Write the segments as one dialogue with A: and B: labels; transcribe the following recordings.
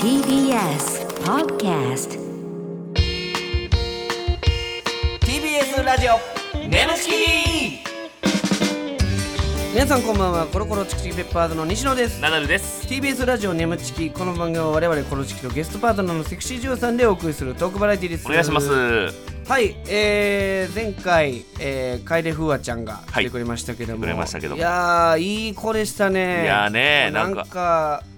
A: TBS Podcast
B: TBS ラジオ
C: ムチ
B: 皆さんこんばんはコロコロチキチキペッパーズの西野です
C: ナダルです。
B: TBS ラジオネムチキこの番組は我々コロチキとゲストパートナーのセクシージュさんでお送りするトークバラエティです
C: お願いします。
B: はい、えー、前回、えー、楓風和ちゃんが来
C: はい
B: てくれましたけども、
C: 来てくれましたけども
B: いやーいい子でしたね
C: いやーね
B: なんか
C: なん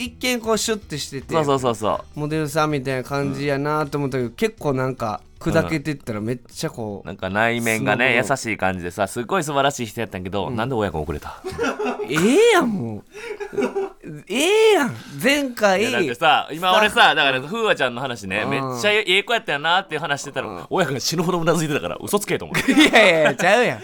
B: 一見こうシュッてしてて
C: そうそうそうそ
B: モデルさんみたいな感じやなと思ったけど、結構なんか砕けてったらめっちゃこ
C: う。
B: う、
C: なんか内面がね
B: すごい
C: 優しい感じでさ、すごい素晴らしい人やったんやけど、なんで親が遅れた？
B: ええやんもうええやん前
C: い
B: 回
C: やだってさ、今俺さ、だからふうわちゃんの話ね、
B: うん
C: めっちゃええ子やったよなっていう話してたら、親が死ぬほどうなずいてたから嘘つけと思って。
B: いやいやいやちゃうやん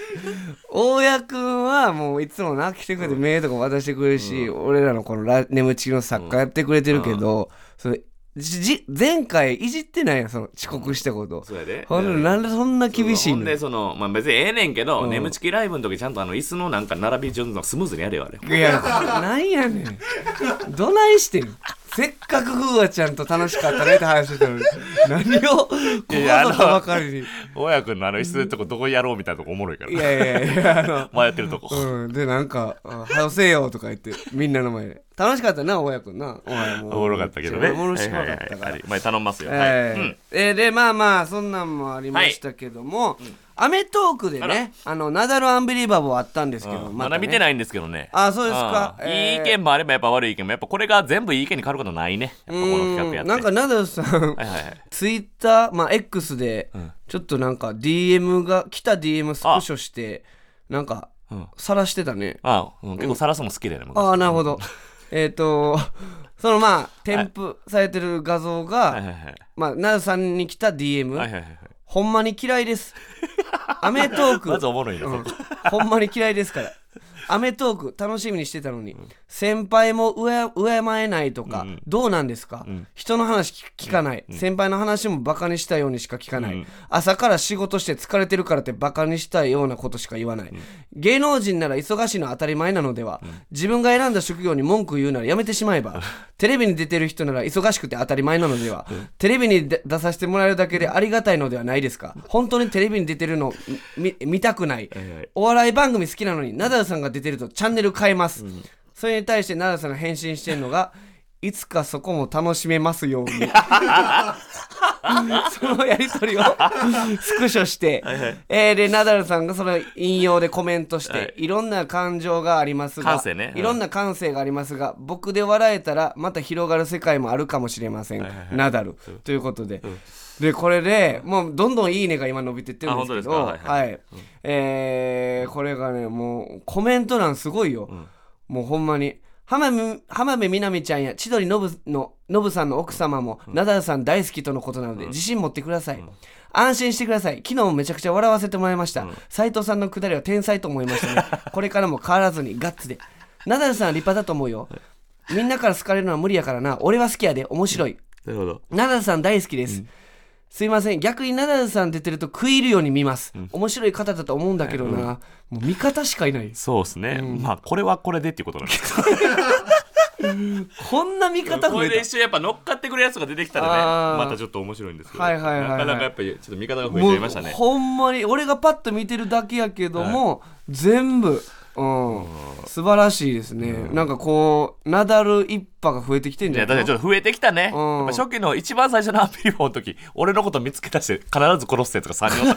B: 大家くんはもういつもな来てくれてメールとか渡してくれるし、俺らのこのラ眠ちきの作家やってくれてるけど、それじじ前回いじってないやんその遅刻したこと、
C: そうやで。
B: ほんでなんでそんな厳しい
C: ほん
B: の
C: でそのまあ別にええねんけ
B: う
C: ど、
B: ん
C: 眠ちきライブの時ちゃんとあの椅子のなんか並び順のスムーズにやれよあれ。
B: いやなんやねんどないしてんせっかくふうわちゃんと楽しかったねって話してたのに何をここ
C: や
B: ぞとばかりに
C: 親君のあの椅子のとこどこやろうみたいなとこおもろいから
B: いやいやいやあの
C: 迷ってるとこ。
B: うん、でなんか「あはよせよ」とか言ってみんなの前で楽しかったな親子なお前も
C: おもろかったけどね。
B: おもろしかったか
C: はいはいはい
B: ら
C: はい前頼んますよ。はい
B: え
C: う
B: ー
C: ん
B: えーでまあまあそんなんもありましたけども『アメトーク』でねあのナダル・アンビリバボーあったんですけど
C: うん
B: ま
C: ま
B: た
C: だ
B: ね
C: 見てないんですけどね。
B: あそうですか
C: うん
B: えー
C: いい意見もあればやっぱ悪い意見もやっぱこれが全部いい意見に変わることないね。やっぱこの企画や
B: う
C: っ
B: ん
C: て。
B: なんかナダルさん
C: はいはいはい。
B: ツイッターまあ X でちょっとなんか DM が来た DM スクショしてなんか
C: うん
B: 晒してたね
C: あ、うん結構晒すの好きだよね。僕
B: ああなるほどえっとそのまあ添付されてる画像が、
C: はいはいはい。
B: まあ、ナダルさんに来た DM、
C: はいはいはい。
B: ほんまに嫌い です。アメトーク、
C: まずおもろいな。そこ
B: うんほんまに嫌いですから。アメトーク楽しみにしてたのに、先輩もうや敬えないとか、どうなんですか、人の話聞聞かない、先輩の話もバカにしたようにしか聞かない、朝から仕事して疲れてるからってバカにしたようなことしか言わない、芸能人なら忙しいのは当たり前なのでは、自分が選んだ職業に文句言うならやめてしまえ ばテレビに出てる人なら忙しくて当たり前なのでは、テレビに出出させてもらえるだけでありがたいのではないですか本当にテレビに出てるのみ見たくない、
C: はい
B: お笑い番組好きなのにナダルさんが出てるとチャンネル変えます、それに対してナダルさんが返信してるのがいつかそこも楽しめますように そのやり取りをスクショして、えーでナダルさんがその引用でコメントして、い、ろんな感情がありますが
C: 感性ねうん
B: いろんな感性がありますが僕で笑えたらまた広がる世界もあるかもしれません、ナダル、ということで、でこれでもうどんどんいいねが今伸びてってるんですけど
C: あ本当ですか
B: は、
C: はい
B: えーこれがねもうコメント欄すごいよ、もうほんまに浜辺浜辺美波ちゃんや千鳥ノブのノブさんの奥様も、ナダルさん大好きとのことなので、自信持ってください、安心してください昨日もめちゃくちゃ笑わせてもらいました斉藤さんのくだりは天才と思いま したねこれからも変わらずにガッツでナダルさんは立派だと思うよみんなから好かれるのは無理やからな俺は好きやで面白い、
C: なるほど。
B: ナダルさん大好きです、すいません逆にナダルさん出てると食い入るように見ます、面白い方だと思うんだけどな、もう味方しかいない
C: そうですね。まあこれはこれでっていうことなんですけ
B: こんな味方
C: ど。こ
B: 増
C: れで
B: え
C: 一緒にやっぱ乗っかってくるやつが出てきたらね
B: あー、
C: またちょっと面白いんですけど。
B: はいはいはいはい
C: なかなかやっぱりちょっと見方が
B: た
C: 増えちゃいました
B: も
C: ね
B: う。ほんまに俺がパッと見てるだけやけども、全部うん素晴らしいですね、なんかこうナダル一派が増えてきてん
C: い
B: じゃ
C: や、だ
B: な
C: っ
B: い
C: てちょっと増えてきたね。
B: うん
C: やっぱ初期の一番最初のアピールの時、俺のこと見つけ出して必ず殺すやつが3人おった。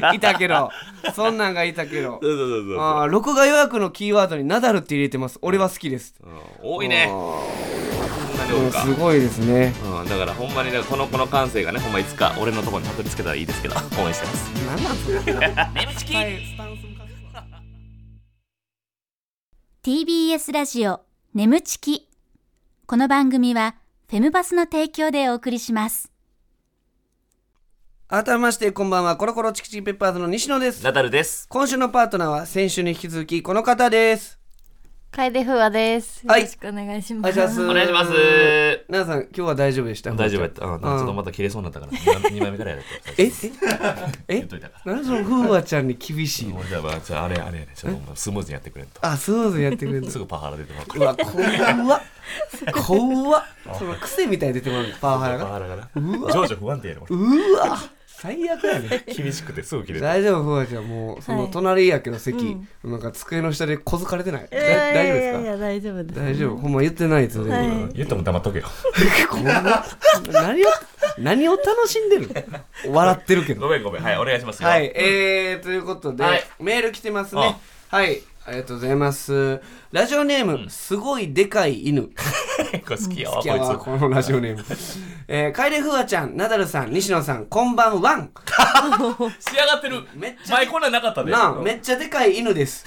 B: か いたけどそんなんがいたけど
C: そうそうそうそう。
B: あー録画予約のキーワードにナダルって入れてます俺は好きです
C: うん多いね。こんな
B: う
C: 量
B: ん
C: か。
B: すごいですね
C: うん、だからほんまにねこの子の感性がねほんまいつか俺のところにたどり着けたらいいですけど応援してます
B: なんなんそれ
C: ネムチキ
B: スタンス昔
D: TBS ラジオ眠ちきこの番組はフェムバスの提供でお送りします
B: 改めましてこんばんはコロコロチキチキペッパーズの西野です
C: ナダルです
B: 今週のパートナーは先週に引き続きこの方です
E: 楓風和です。よ
B: はい
E: ろしくお願いし
B: お
E: ま
B: 願い
E: す。
B: します
C: お願いします
B: 奈々さん今日は大丈夫でした
C: 大丈夫やった、うん、ちょっとまた切れそうになったから2枚二枚目からやれって
B: ええ
C: 言
B: え
C: っといたから
B: なんでその風和ちゃんに厳しいの
C: もうじゃあまあじゃああれあれやねちょっともうスムーズにやってくれんと
B: あスムーズにやってくれるの
C: すぐパワハラ出てもらうか
B: う
C: ら
B: わ怖っ怖っその癖みたいに出てもらうのパワハラ
C: パワ
B: が
C: ハラがな情緒不安定やね俺
B: うわ最悪やね
C: 厳しくてすぐ切れる
B: 大丈夫風和ちゃんもうその
E: はい
B: 隣やけど席、なんか机の下で小づかれてない、
E: い
B: だ
E: やい
B: 大丈
E: や
B: 夫
E: いやい
B: ですか
E: や大丈夫です。
B: 大丈夫ほんま言ってないですよ全然、
E: はい
C: 言っても黙っとけよ
B: 怖っ何を何を楽しんでるの笑ってるけど
C: ごめんごめんはいお願いしますよ
B: はい、えー、ということで、
C: はい
B: メール来てますね
C: あ。
B: はい、ありがとうございます。ラジオネーム、すごいでかい 犬。
C: これ好きや
B: 好
C: わこ
B: き
C: い
B: やわ
C: つ
B: このラジオネーム。えー、楓ふわちゃん、ナダルさん、西野さん、こんばんはん。
C: 仕上がってる
B: めっちゃ
C: 前こんなんなかったで
B: なあ、めっちゃでかい犬 です。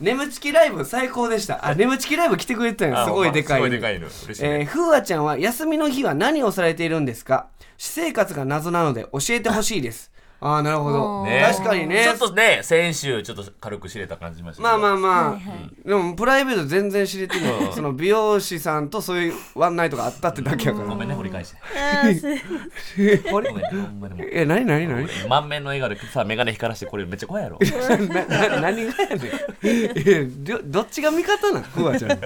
B: 眠ちきライブ最高でした。あ、眠ちきライブ来てくれてたんや
C: あ
B: すごいでかい
C: すごい
B: 犬。
C: でかいの嬉しい
B: えー、
C: ね
B: ふわちゃんは休みの日は何をされているんですか私生活が謎なので教えてほしい です。ああ、なるほど。
C: ね
B: 確かにね。
C: ちょっとね先週ちょっと軽く知れた感じしましたけど
B: まあまあまあ、
E: はいは
B: でもプライベート全然知れてないその美容師さんとそういうワンナイトがあったってだけやか
C: ご
B: ら
C: めんね掘り返して
E: あーす
B: あ
C: ご
B: れ
C: めんねほんまにもう
B: え何何何
C: 俺満面の笑顔でさ眼鏡光らしてこれめっちゃ怖いや ろ
B: なな何がやねんえどどっちが味方なんフワちゃんの、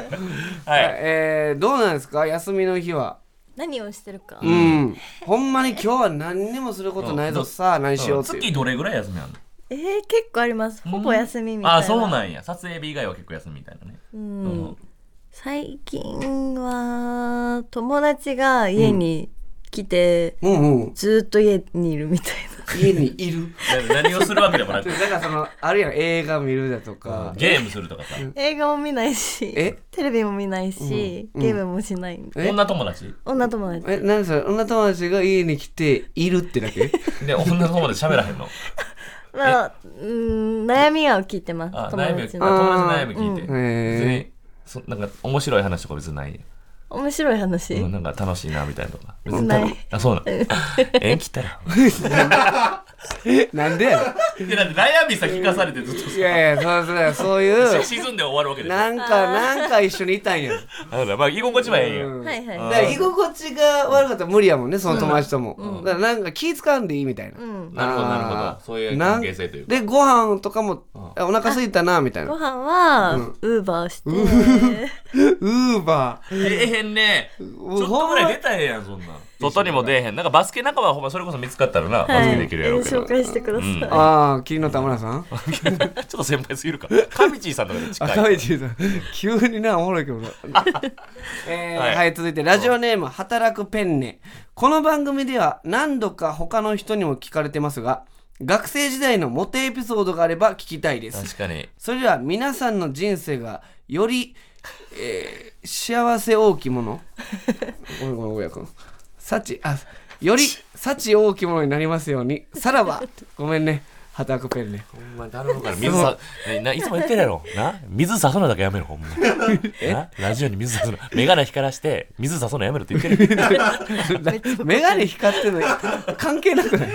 C: はい
B: えーどうなんですか休みの日は
E: 何をしてるか。
B: うんほんまに今日は何にもすることないぞさあ何しようっていう
C: 月どれぐらい休みあるの
E: えー、結構あります。ほぼ休みみたいな。
C: あそうなんや撮影日以外は結構休みみたいなね
E: うん
C: うん
E: 最近は友達が家に来て、
B: うんうん
E: ずーっと家にいるみたい
B: 家にいる
C: な何をするわけでもなく
B: だからそのあるやん映画見るだとか、
C: ゲームするとかさ
E: な映画も見ないし
B: え
E: テレビも見ないし、
B: うん
E: ゲームもしないんで
B: え
C: 女友達
E: 女友達
B: え何それ女友達が家に来ているってだけ
C: で女友達喋らへんの
E: まあうん悩みは聞いてます
C: あ
E: 友
C: 悩みあ友達
E: 達の
C: の悩み聞いて
B: うんへー
C: 別にそなんか面白い話とか別にないやん
E: 面白い話、
C: うんなんか楽しいなみたいなのとか別に
E: ない
C: 楽あそうなんえ来たら
B: なんでや
C: いやだって悩みさ聞かされてずっと
B: いやいや、そうそうそう いう、
C: 沈んで終わるわけでしょ
B: なんか、なんか一緒にいたんや。
C: だからまあ居心地はいい
B: うん
C: よ
E: はいは
B: だ
E: い
B: から居心地が悪かったら無理やもんね、その友達とも。だからなんか気使うんでいいみたいな。
E: うん
C: なるほどなるほどそういう関係性というか
B: で、ご飯とかも、あお腹空いたな、みたい
E: ご
B: な。
E: 飯はウーバーして、
B: ウーバー。
C: 出えへんねちょっとぐらい出たらええやんそんなん外にも出えへんなんかバスケ仲間はほんまそれこそ見つかったらな、バスケできるやろうけど、
E: 紹介してください、あ
B: ああ、霧の田村さん。
C: ちょっと先輩すぎるかカミチーさんとかで
B: あ、
C: 近
B: かわ
C: い
B: いいさん。急にな、おもろ いけどな。えー
C: は
B: はいい、続いて、ラジオネーム、働くペンネ。この番組では何度か他の人にも聞かれてますが、学生時代のモテエピソードがあれば聞きたいです。
C: 確かに
B: それでは皆さんの人生がより、えー幸せ大きいものごめんごめん、親君。幸、あ、より幸大きいものになりますように。さらば。ごめんね、働くペンネ。
C: ほんま頼むから水さないつも言ってるやろな水さすのだけやめろほんまなラジオに水さすの眼鏡光らして水さすのやめろって言ってるよ
B: メガネ光ってんの 関係なくない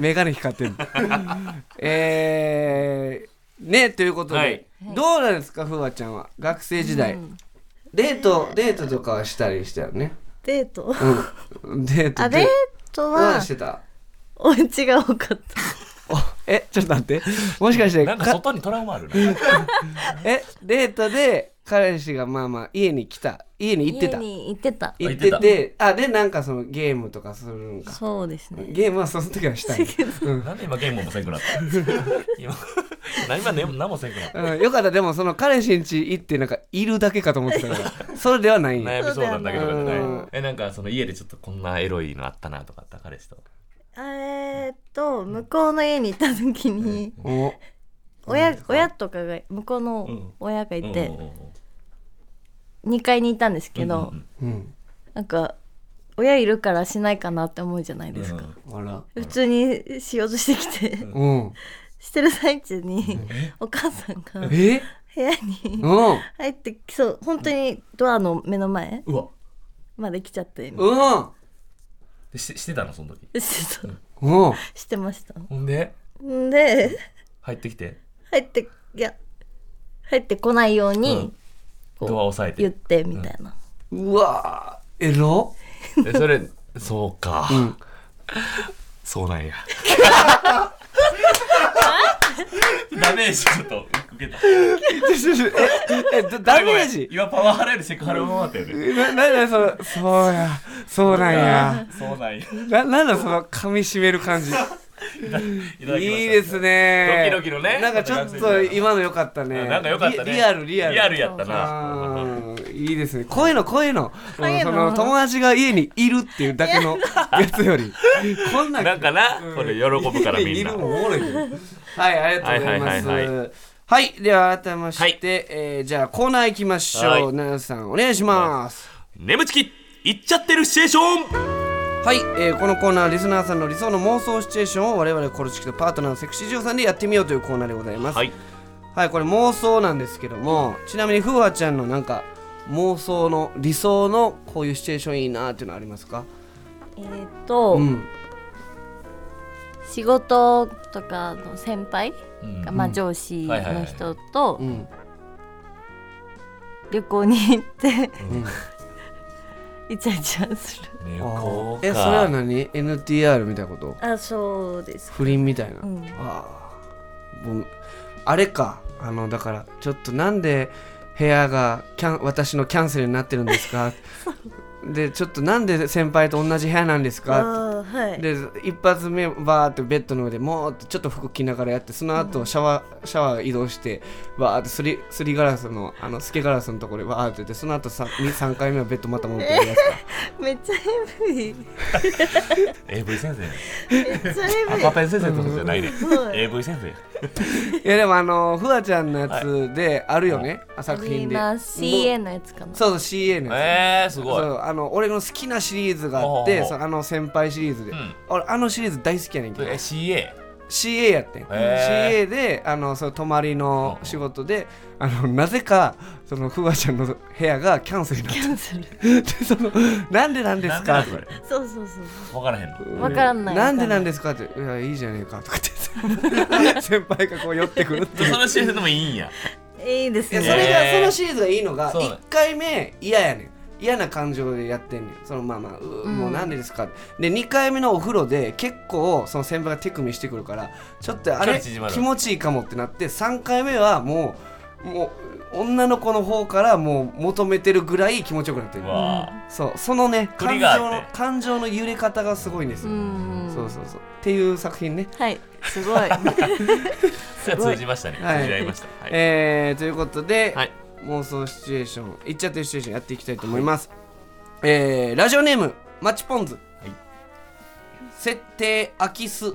B: メガネ光ってんのえー、ねということで、
C: はい
B: どうなんですかふわちゃんは学生時代、デートデートとかはしたりしたよね、
E: デート
B: うん、デート
E: あデート
B: どう
E: は
B: してた
E: お家が多かった
B: おえちょっと待ってもしかして
C: なんか
B: か
C: 外にトラウマあるな
B: えデートで彼氏がまあまあ家に来た家に行ってた
E: 家に行ってた
B: 行っ
C: 行
B: て
C: って
B: あでなんかそのゲームとかするんか
E: そうですね
B: ゲームはその時はした い、うん
C: なんで今ゲームもせんくなった今何今ね何もせんくなった
B: うん、よかったでもその彼氏ん家行ってなんかいるだけかと思ってた からそれではないんや
C: 悩みそうなんだけど
B: そうだよな
C: えなんかその家でちょっとこんなエロいのあったなとかあった彼氏と
E: えーっと向こうの家に行った時に
B: お
E: 親親とかが向こうの親がい
C: うんうん
E: て
C: うん
E: 2階にいたんですけど
B: うん
E: なんか親いるからしないかなって思うじゃないですか
B: あら
E: 普通にしようとしてきて
B: うん
E: してる最中にお母さんが部
B: え
E: 屋に
B: うん
E: 入ってきそう本当にドアの目の前
C: うわ
E: まで来ちゃって
B: うん
C: でししてたのその時
E: してた
B: うん
E: してました
C: ほんで
E: んで
C: 入ってきて
E: 入っていや入ってこないようにこう
C: ドア押さえて
E: 言ってみたいな、
B: うわーエロ
C: でそれそうか、そうなんやダメージちょっと受けた
B: ええだダメージ
C: 今パワハラよりセクハラもあったよね
B: な、なんだその、そうや、そうなんや。
C: そうなんやいただ
B: な、なんだその噛み締める感じ。
C: きました
B: いいですね。
C: ドキドキのね
B: なんかちょっと今の良かったね。
C: なんかよかったね
B: リリアル、リアル。
C: リアルやったな
B: あーいいですね。こういうの、こういうの。
E: ういうの
B: その友達が家にいるっていうだけのやつより。こんな
C: なんかな、これ喜ぶから
B: 家に
C: み
B: い
C: んな
B: るのもおもろいけどはい、ありがとうございます。は
C: はいいはいはい
B: では改めまして、
C: はい
B: えーじゃあコーナー行きまし
C: はい
B: ょう。奈良さん、お願いします。
C: 眠ちき行っちゃってるシチュエーション
B: はい、えーこのコーナーはリスナーさんの理想の妄想シチュエーションを我々コルチキとパートナーのセクシージオさんでやってみようというコーナーでございますは、
C: はいい
B: これ妄想なんですけどもちなみにふわちゃんのなんか妄想の理想のこういうシチュエーションいいなっていうのありますか
E: えーっと、
B: うん
E: 仕事とかの先輩が、まあ、上司
C: はいはいは
E: の
C: い
E: 人と
B: うん
E: 旅行に行って、 イチャイチャする
C: 猫か
B: えそれは何 NTR みたいなこと
E: あそうです
B: 不倫みたいな、
E: ん
B: ああもうあれかあのだからちょっとなんで部屋がキャン私のキャンセルになってるんです かでちょっとなんで先輩と同じ部屋なんですか
E: あは
B: で一発目バーってベッドの上でもうってちょっと服着ながらやってその後シャワーシャワー移動してバーってすりすりガラスのあの透けガラスのところでバーってやってその後さに3回目はベッドまた戻ってくるやつか
E: めっちゃ エブい
C: AV 先生
E: めっちゃエブい
C: 赤ペン先生ってことじゃないね
E: うん
C: AV 先生
B: いやでもあのふわちゃんのやつであるよね、作品で
E: 今
B: もう
E: CA のやつかな
B: そうそう CA のやつ、
C: えー、すごい
B: そうあの俺の好きなシリーズがあっ
C: おうおうお
B: て
C: う
B: そのあの先輩シリーズで、
C: うん
B: 俺あのシリーズ大好きやねんけど
C: え CA
B: CA やってん、
C: へ
B: CA であのその泊まり
C: おう
B: の
C: おう
B: 仕事であのなぜかそのふわちゃんの部屋がキャンセルになった
E: それ
B: でそのなんでなんですか
C: なんでなんこ
E: そうそうそう
C: れ分からへんの
E: わからんない
B: なんでなんですかっていやいいじゃねえかとかって先輩がこう寄ってくるって
C: で
B: いう
C: そのシーンでもいいんや
E: いいです
B: いや
E: ね
B: それが
C: へー
B: そのシリーズがいいのが
C: そうだね
B: 1回目嫌やねん嫌な感情でやってんねんそのまあまあうー
E: ん
B: もうなんでですかって、で2回目のお風呂で結構その先輩が手組みしてくるからちょっとあ
C: 距
B: れ
C: 離縮まる
B: 気持ちいいかもってなって3回目はもうもう女の子の方からもう求めてるぐらい気持ちよくなってる
C: うわあ
B: そうそのね
C: 振
B: 感
C: りが
B: 情
C: あ
B: の
C: って
B: 感情の揺れ方がすごいんです
E: う
B: よ、
E: ん
B: そうそうそうっていう作品ね
E: はいすご い
C: それは通じましたね通じ
B: はい
C: 合いましたはい
B: えーということで、
C: はい
B: 妄想シチュエーションいっちゃってるシチュエーションやっていきたいと思います、えーラジオネームマッチポンズ、設定空き巣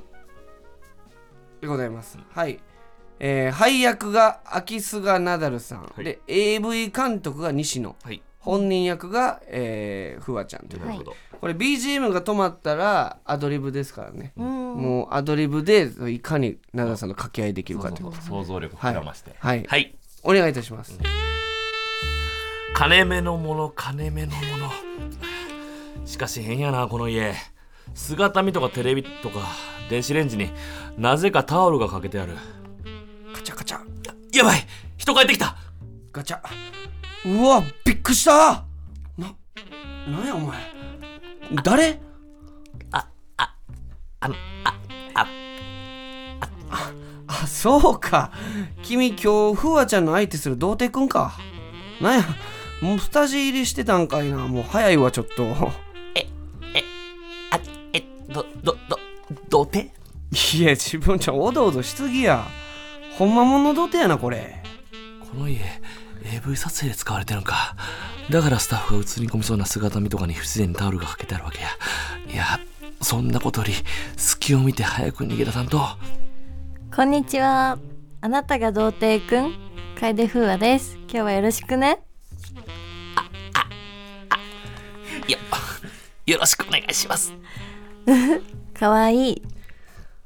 B: でございます、はいえー配役が空き巣がナダルさん、
C: い
B: で AV 監督が西野
C: はい
B: 本人役が、えーふわちゃんということ
C: な
B: で
C: るほど
B: これ BGM が止まったらアドリブですからね、
E: うん
B: もうアドリブでいかにナダルさんの掛け合いできるかということです
C: 想像力膨らまして
B: はい
C: はい
B: お願いいたします。
C: 金目のもの金目のものしかし変やなこの家姿見とかテレビとか電子レンジになぜかタオルがかけてある
B: ガチャガチャ、
C: やばい人帰ってきた
B: ガチャ。うわ、びっくりしたな、なんやお前。誰
C: あの
B: あ、そうか。君今日、ふわちゃんの相手する童貞くんか。なんや、もうスタジ入りしてたんかいな。もう早いわ、ちょっと。
C: あえどどどどて
B: いや、自分ちゃん、おどおどしすぎや。ほんまもんの童貞やな、これ。
C: この家 AV 撮影で使われてるのかだからスタッフが映り込みそうな姿見とかに不自然にタオルがかけてあるわけやいやそんなことより隙を見て早く逃げ出さんと
E: こんにちはあなたが童貞くん楓風和です今日はよろしくね
C: よよろしくお願いします
E: かわいい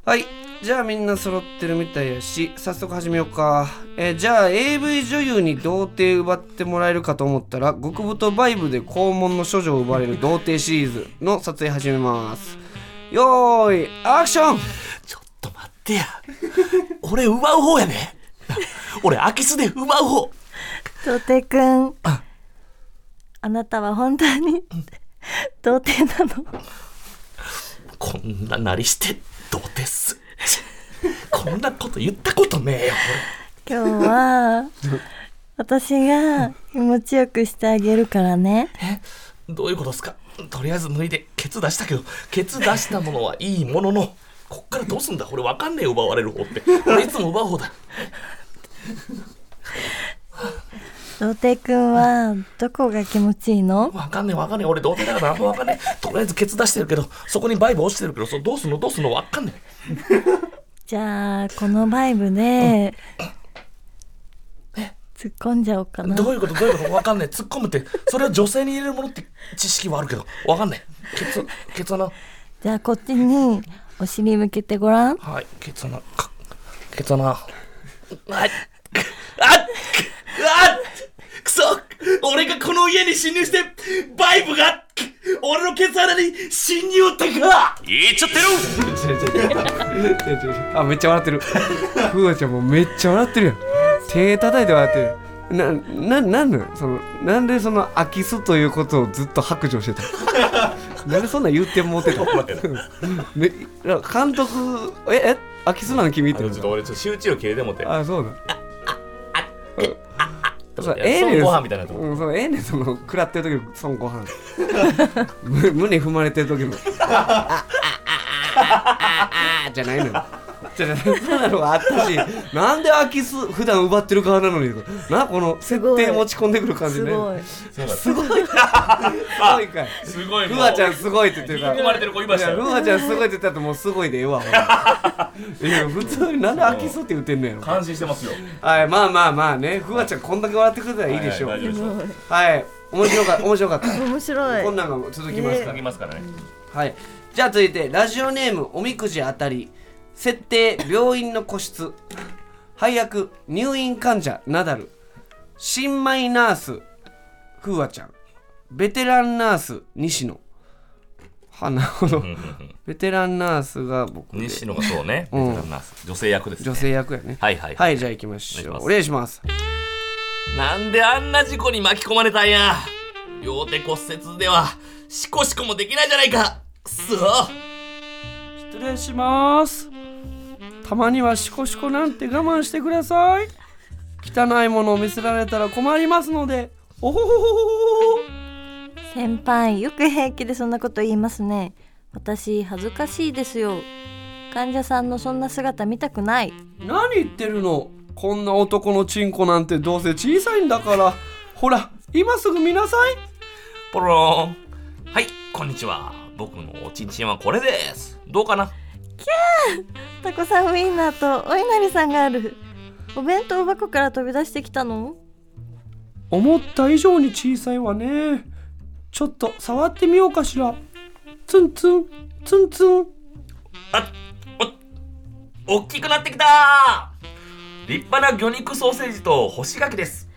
B: はい。じゃあみんな揃ってるみたいやし、早速始めようか。えーじゃあ AV 女優に童貞奪ってもらえるかと思ったら、極太バイブで肛門の処女を奪われる童貞シリーズの撮影始めます。よーい、アクション
C: ちょっと待ってや。俺、奪う方やね。俺、空き巣で奪う方。
E: 童貞くんあなたは本当に童貞なの
C: こんななりしてどうですこんなこと言ったことねえよ
E: 今日は私が気持ちよくしてあげるからね
C: 俺どういうことですかとりあえず脱いでケツ出したけどケツ出したものはいいもののこっからどうすんだ俺わかんねえよ奪われる方って俺いつも奪う方だ
E: 童貞くんはどこが気持ちいいの
C: わかんねえわかんねえ俺童貞だからなんもわかんねえとりあえずケツ出してるけどそこにバイブ落ちてるけどそれどうすんのどうすんのわかんねえ
E: じゃあこのバイブで突っ込んじゃおうかな
C: どういうことどういうことわかんねえ突っ込むってそれを女性に入れるものって知識はあるけどわかんねえケツケツ穴
E: じゃあこっちにお尻向けてごらん
C: はい、ケツ穴、かケツ穴。あっ、あっ、あっ、くそ俺がこの家に侵入して、バイブが、俺のケツ穴に侵入ってか言っちゃってる
B: あめっちゃ笑ってるふわちゃんもうめっちゃ笑ってるやん手叩いて笑ってるなななんなんそのなんでその空き巣ということをずっと白状してたなんでそんなん言ってもうてたの、ね、なんか監督ええ空き巣なの君って
C: ちょっと俺、ちょっと集中を切れてもって。
B: あそうだそ
C: いや
B: うええねん
C: 孫悟飯みたいになっても
B: うんそうええねんその食らってる時の孫悟飯む胸踏まれてる時のああああああじゃないのよじゃあそんなのがあったしなんで空き巣普段奪ってる側なのになこの設定持ち込んでくる感じ
E: す
B: ね
E: ごい
B: すごいすごいかい
C: すごい
B: ふわちゃんすごいって言ってるから
C: 踏まれてる子いましたよ
B: やふわちゃんすごいって言ったらもうすごいでええわほんまいや普通になんで空き巣って言ってんのやろ
C: 感心してますよ。
B: はい、まあまあまあね、ふわちゃんこんだけ笑ってくれたらいいでしょう。
C: はいはい大丈夫です
B: はい、面白かった、面白かった。
E: 面白い
B: こんなんが続きますか
C: 書
B: ら。
C: きますからね。
B: はい、じゃあ続いて、ラジオネームおみくじあたり。設定、病院の個室。配役、入院患者、ナダル。新米ナース、ふわちゃん。ベテランナース、西野。は、なるほ ど。ベテランナースが僕で。
C: 西野がそうね、ベテランナース女性役です、ね。
B: 女性役やね。
C: はいはい
B: はい、じゃあ行きましょう。お
C: お
B: 願いします。
C: なんであんな事故に巻き込まれたんや両手骨折ではシコシコもできないじゃないかくそ
B: 失礼しますたまにはシコシコなんて我慢してください汚いものを見せられたら困りますのでおほほほほほ
E: 先輩よく平気でそんなこと言いますね私恥ずかしいですよ患者さんのそんな姿見たくない
B: 何言ってるのこんな男のチンコなんてどうせ小さいんだからほら今すぐ見なさい
C: ポローンはいこんにちは僕のおちんちんはこれですどうかな
E: タコさんウインナーとお稲荷さんがあるお弁当箱から飛び出してきたの
B: 思った以上に小さいわねちょっと触ってみようかしらツンツンツンツン
C: あお大きくなってきた立派な魚肉ソーセージと干し柿です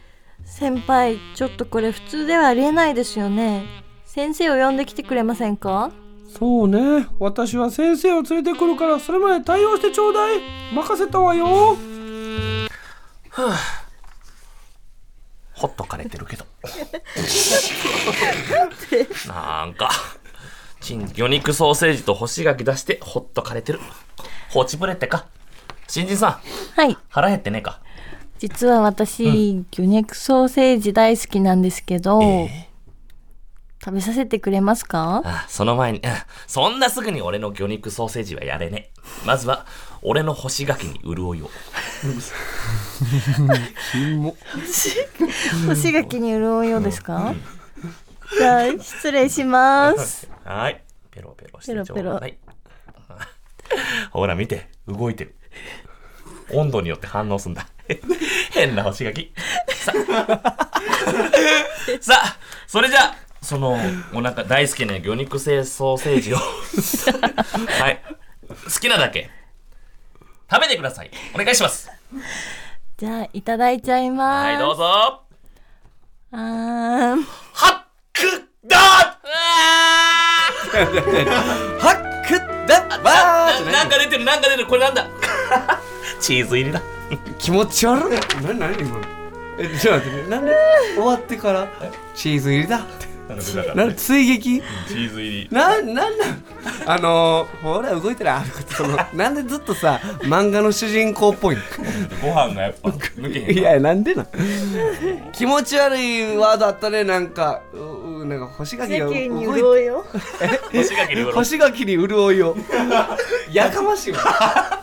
E: 先輩ちょっとこれ普通ではありえないですよね先生を呼んできてくれませんか
B: そうね私は先生を連れてくるからそれまで対応してちょうだい任せたわよ
C: ほっとかれてるけどなんかちん魚肉ソーセージと干し柿出してほっとかれてる放置ブレってか新人さん
E: はい
C: 腹減ってねえか
E: 実は私、魚肉ソーセージ大好きなんですけど、食べさせてくれますか
C: あその前に あそんなすぐに俺の魚肉ソーセージはやれねえまずは俺の干し柿に潤いを
E: 干し柿に潤いようですか、じゃあ失礼します
C: はいペロペロして
E: ペロペロ
C: ちょうだい ほら見て動いてる温度によって反応すんだ 変な干し柿さ さあそれじゃあそのお腹大好きな魚肉製ソーセ ージをはい好きなだけ食べてくださいお願いします
E: じゃあいただいちゃいます
C: はいどうぞ
E: あーん
C: ハックだ
B: ハックだわ
C: ーなんか出てる なんか出てるこれなんだチーズ入りだ
B: 気持ち悪い何何今の
F: えちょっと待ってねなんで終わってからチーズ入りだって
G: なんか出たから
F: な
G: ね
F: ん追撃
G: チーズ入り
F: ななんなんあのー、ほら動いてるあとかってそ のなんでずっとさ漫画の主人公っぽいの
G: ご飯がやっぱ抜けへん
F: い
G: から
F: やなんでなん 気持ち悪いワードあったねなんかううなんか干し柿が動いて
E: うよ
G: 干し柿に
F: 干し柿に 潤いをやかましいわ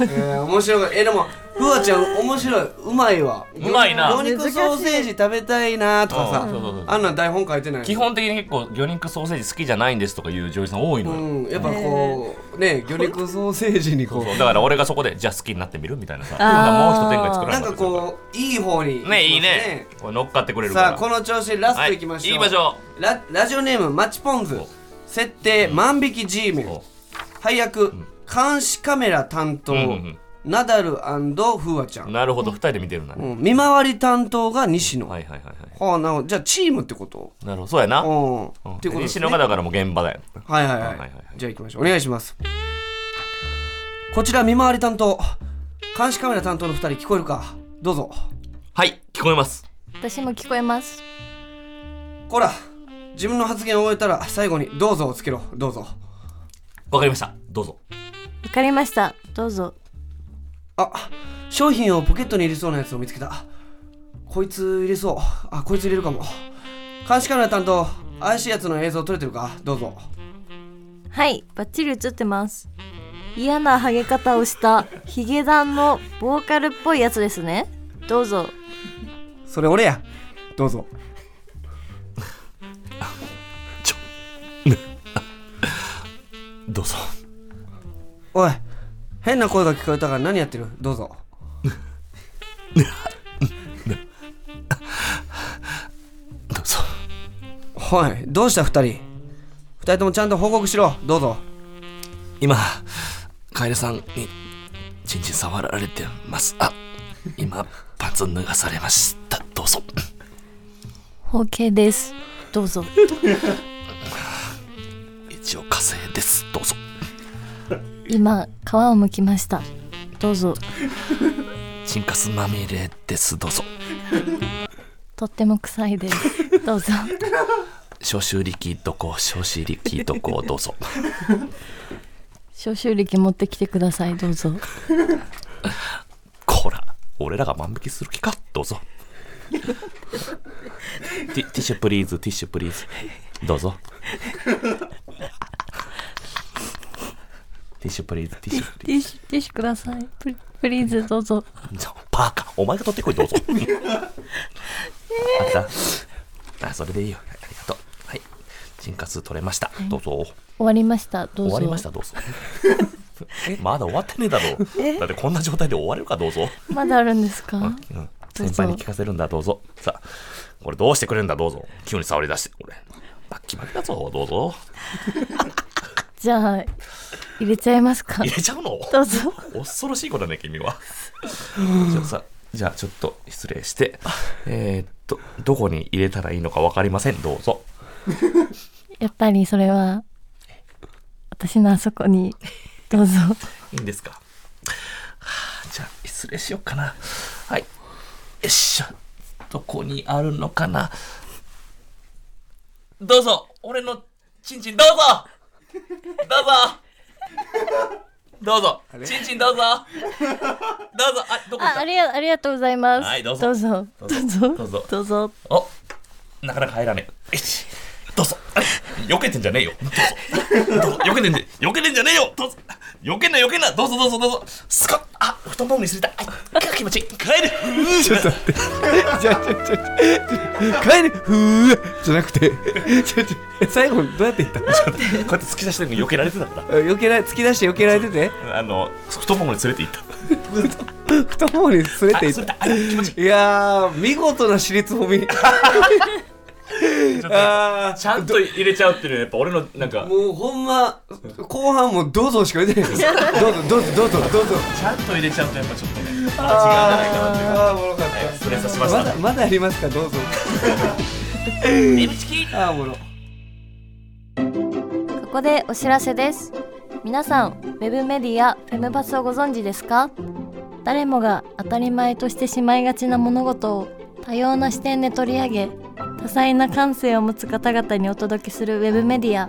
F: えー、面白いえでもふわちゃん面白いうまいわ
G: うまいな
F: 魚肉ソーセージ食べたいなとかさ
G: うんそうそうそう
F: あんなん台本書いてない
G: 基本的に結構魚肉ソーセージ好きじゃないんですとかいう女優さん多いの
F: う
G: よ、
F: んやっぱこうね魚肉ソーセージにこ
G: そう
F: う
G: だから俺がそこでじゃあ好きになってみるみたいなさもう一展開作られ
F: なん
G: た
F: か
G: りするら
F: こういい方に行きます
G: ねいいねこれ乗っかってくれるから
F: さあこの調子でラストいきましょう、
G: はい行きましょ
F: ララジオネームマッチポンズ
G: お
F: 設定万引き G メン
G: お
F: 配役、監視カメラ担当、
G: うんうん
F: ナダルフワちゃん、
G: なるほど二人で見てるんだね、
F: うん見回り担当が西野、
G: はいはいはいはい
F: はあなるほどじゃあチームってこと
G: なるほどそうやな、
F: う
G: うん
F: んっていうことです
G: 西
F: ね
G: 野がだからもう現場だよ
F: はいはいはい、
G: はいはいはい
F: じゃあ行きましょうお願いしますこちら見回り担当監視カメラ担当の2人聞こえるかどうぞ
G: はい聞こえます
E: 私も聞こえます
F: こら自分の発言を終えたら最後に「どうぞ」をつけろどうぞ
G: わかりましたどうぞ
E: わかりましたどうぞ
F: あ商品をポケットに入れそうなやつを見つけたこいつ入れそうあこいつ入れるかも監視カメラ担当怪しいやつの映像撮れてるかどうぞ
E: はいバッチリ映ってます嫌なハゲ方をしたヒゲダンのボーカルっぽいやつですねどうぞ
F: それ俺やどうぞ
G: どうぞ
F: おい変な声が聞こえたから何やってるどうぞ
G: どうぞ
F: おいどうした二人二人ともちゃんと報告しろどうぞ
C: 今楓さんにチンチン触られてますあ今パンツ脱がされましたどうぞ
E: 包茎ですどうぞ
C: 一応火星ですどうぞ
E: 今皮を剥きましたどうぞ
C: チンカスまみれですどうぞ
E: とっても臭いです どうぞ
C: 消臭力どこ消臭力どこどうぞ
E: 消臭力持ってきてくださいどうぞ
C: こら俺らが万引きする気かどうぞ ティティッシュプリーズティッシュプリーズど うぞティッシュプリーズティッシュプリーズ
E: ティッシュティッシュくださいプリプリーズどうぞ
C: じゃ バカお前が取 ってこいどうぞあんたあそれでいいよありがとうはい人活取れましたどうぞ
E: 終わりましたどうぞ
C: 終わりましたどう ぞまだ終わってねえだろだってこんな状態で終われるかどうぞ、
E: まだあるんですか
C: うん、先輩に聞かせるんだどうぞさあこれどうしてくれるんだどうぞ急に触り出してこれバッキバキだぞどう ぞ
E: じゃあ入れちゃいますか
C: 入れちゃうの
E: どうぞ
C: 恐ろしい子だね君はじゃあさじゃあちょっと失礼してえーっとどこに入れたらいいのか分かりませんどうぞ
E: やっぱりそれは私のあそ こにどうぞ
C: いいんですか、はあ、じゃあ失礼しようかなはいよいしょどこにあるのかなどうぞ俺のチンチンどうぞどうぞどうぞチンチンどうぞどうぞあどこ行っ
E: あありがありがとうございます
C: はいどうぞ
E: どうぞ
C: どう
E: どう
C: ぞ
E: ぞ
C: どうぞ
E: どうぞ
C: たおなかなか入らねえよしどうぞあれ避けてんじゃねえよどうぞどうぞ避けてんじゃ避けてんじゃねえよどうぞ避けんな避けんなどうぞどうぞどうぞすこあ太ももにすりたいあ気持ちいい帰るちょっと
F: じゃじゃじゃ帰るふうじゃなくて ちょちょ最後どうやって言った
G: こうやって突き出してるの避けられてたか
F: 避けら突き出して避けられてて
G: らあの太ももに連れて行った
F: 太ももにすれていっ
G: それ
F: た
G: だあ気持ちいい
F: いやー見事な私立褒 みあ
G: ちゃんと入れちゃうっていうのはやっぱ俺のなんか
F: ーもうほんま後半もどうぞしか言ってないですどうぞどうぞどうぞどうぞ
G: ちゃんと入れちゃうとやっぱちょっとね違うんじゃないかなっていう
F: ああーおもろかっ
G: はい失礼いたしたま
F: ま
G: した
F: だまだありますかどうぞああおもろ
E: ここでお知らせです皆さんウェブメディアフェムパスをご存知ですか誰もが当たり前としてしまいがちな物事を多様な視点で取り上げ多彩な感性を持つ方々にお届けするウェブメディア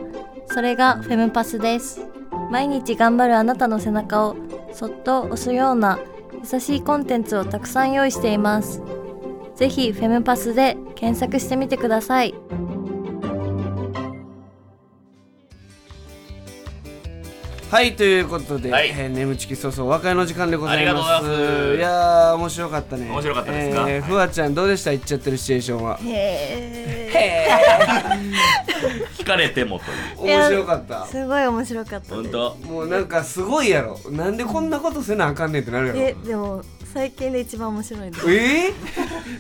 E: それがフェムパスです毎日頑張るあなたの背中をそっと押すような優しいコンテンツをたくさん用意していますぜひフェムパスで検索してみてください
F: はいということで、
C: はい
F: えー眠ちきそうそうお別れの時間でございます
C: ありがとうございます
F: やー面白かったね
C: 面白かったですか
F: えー
C: はい
F: ふわちゃんどうでした言っちゃってるシチュエーションは
C: 聞かれてもという
F: 面白かった
E: すごい面白かっ
C: 本当
F: もうなんかすごいやろなんでこんなことせなあかんねんってなるやろえ
E: でも最近で一番面 白い です
F: ー、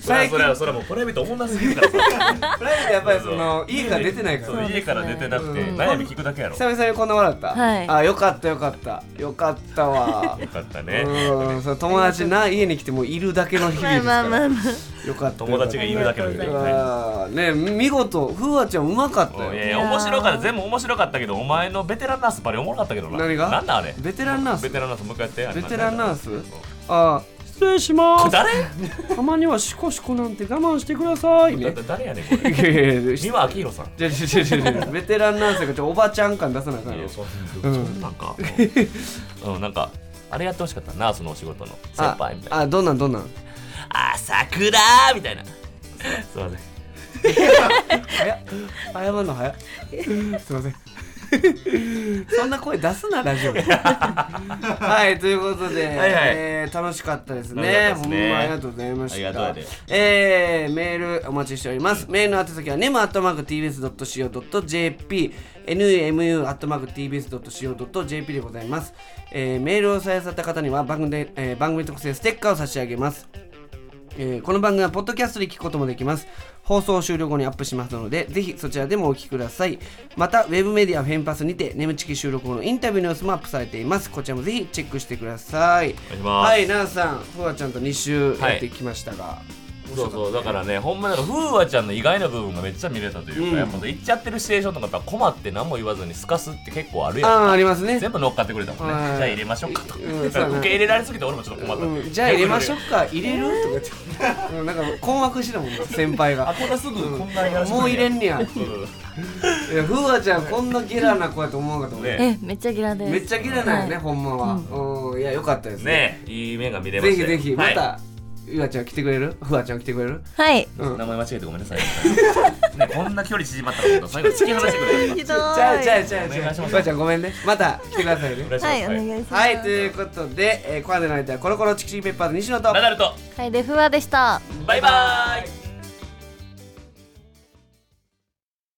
C: それは
F: 最
C: そ
F: 近
C: れはそれはもうプライベート思んなすぎるからさ
F: プライベートやっぱりその家から出てないか
C: そう
F: ら
C: 家から出てなくて
F: うん
C: 悩み聞くだけやろ
F: 久々にこんな笑った、
E: はい
F: あよかったよかったよかったわ
C: よかった ね
F: うんそう友達な家に来てもういるだけの日々ですから、よかった
C: 友達がいるだけの
F: う
C: は
F: わーね見事ふわちゃんうまかった
C: いいやい
F: よ
C: や面白かった全部面白かったけどお前のベテランナースバリおもろかったけどな
F: 何が
C: なんだあれ
F: ベテランナース
C: ベテランナースもう一回やってあれ
F: ベテランナース
C: うん
F: あー失礼しま
C: これ
F: す
C: 誰
F: たまにはシコシコなんて我慢してくださいね
C: だ誰やねんこれ
F: いやいやいや
C: 三輪明宏さん
F: じゃじゃじゃじゃじゃベテランなんすよおばちゃん感出さなあかん
C: い
F: よ
C: やそそんなん かうんなんかあれやってほしかったナースのお仕事の先
F: あ
C: 輩みたいな
F: あどんなんどんなん
C: あ桜みたいなすいません
F: 早っ謝るの早 っすいませんそんな声出すなラジオではいということで、
C: いはい
F: えー楽しかったですね
C: 楽しかったです
F: ほん
C: ね
F: まありがとうございまし
C: ありが
F: た
C: とうやで
F: えー、メールお待ちしております、メールの宛先は nemu.tbs.co.jp nemu.tbs.co.jp でございます、えー、メールを採用された方には番組で、えー番組特製ステッカーを差し上げますえーこの番組はポッドキャストで聞くこともできます放送終了後にアップしますのでぜひそちらでもお聞きくださいまたウェブメディアフェンパスにて眠ちき収録後のインタビューの様子もアップされていますこちらもぜひチェックしてください
C: お願いします
F: はい奈々さんふわちゃんと2週やってきましたが、
C: そうそうだからねほんまだから風和ちゃんの意外な部分がめっちゃ見れたというか、やっぱ行っちゃってるシチュエーションとかやっぱ困って何も言わずにすかすって結構あるやん
F: ああありますね
C: 全部乗っかってくれたもんね、
F: はい
C: じゃあ入れましょうかと、
F: うんそうだね
C: 受け入れられすぎて俺もちょっと困った、
F: うん、じゃあ入れましょうか入れるとか言って、うん、なんか困惑してたもんね先輩
C: あ
F: が
C: こんなすぐこんなやらしく
F: もう入れんねやい
C: そうそう
F: やふわちゃんこんなゲラな子やと思うかと思う、
C: ね
E: えめっちゃギラです
F: めっちゃゲラなんよね、
E: は
F: ほんまは、うん、いやよかったですね
C: ねいい面が見れま
F: ぜ
C: した
F: ひ
C: よ
F: ぜひま
C: は
F: た、ゆあちゃん来てくれるふわちゃん来てくれる
E: はい
C: い名前間違えてごめんなさいねこんな距離縮まったのと最後突き放してくれた
E: ひど
F: じゃあじゃあじゃあ
C: お願いし
F: じゃ
C: ま
F: あ
C: す
F: ふわちゃんごめんねまた来てくださ いね
C: お願いします
E: いしま
F: はいということで、えー、コアでの相手はコロコロチキチキペッパーズ西野と
C: ナダルと
E: はい、デフワでした。
C: バイバーイ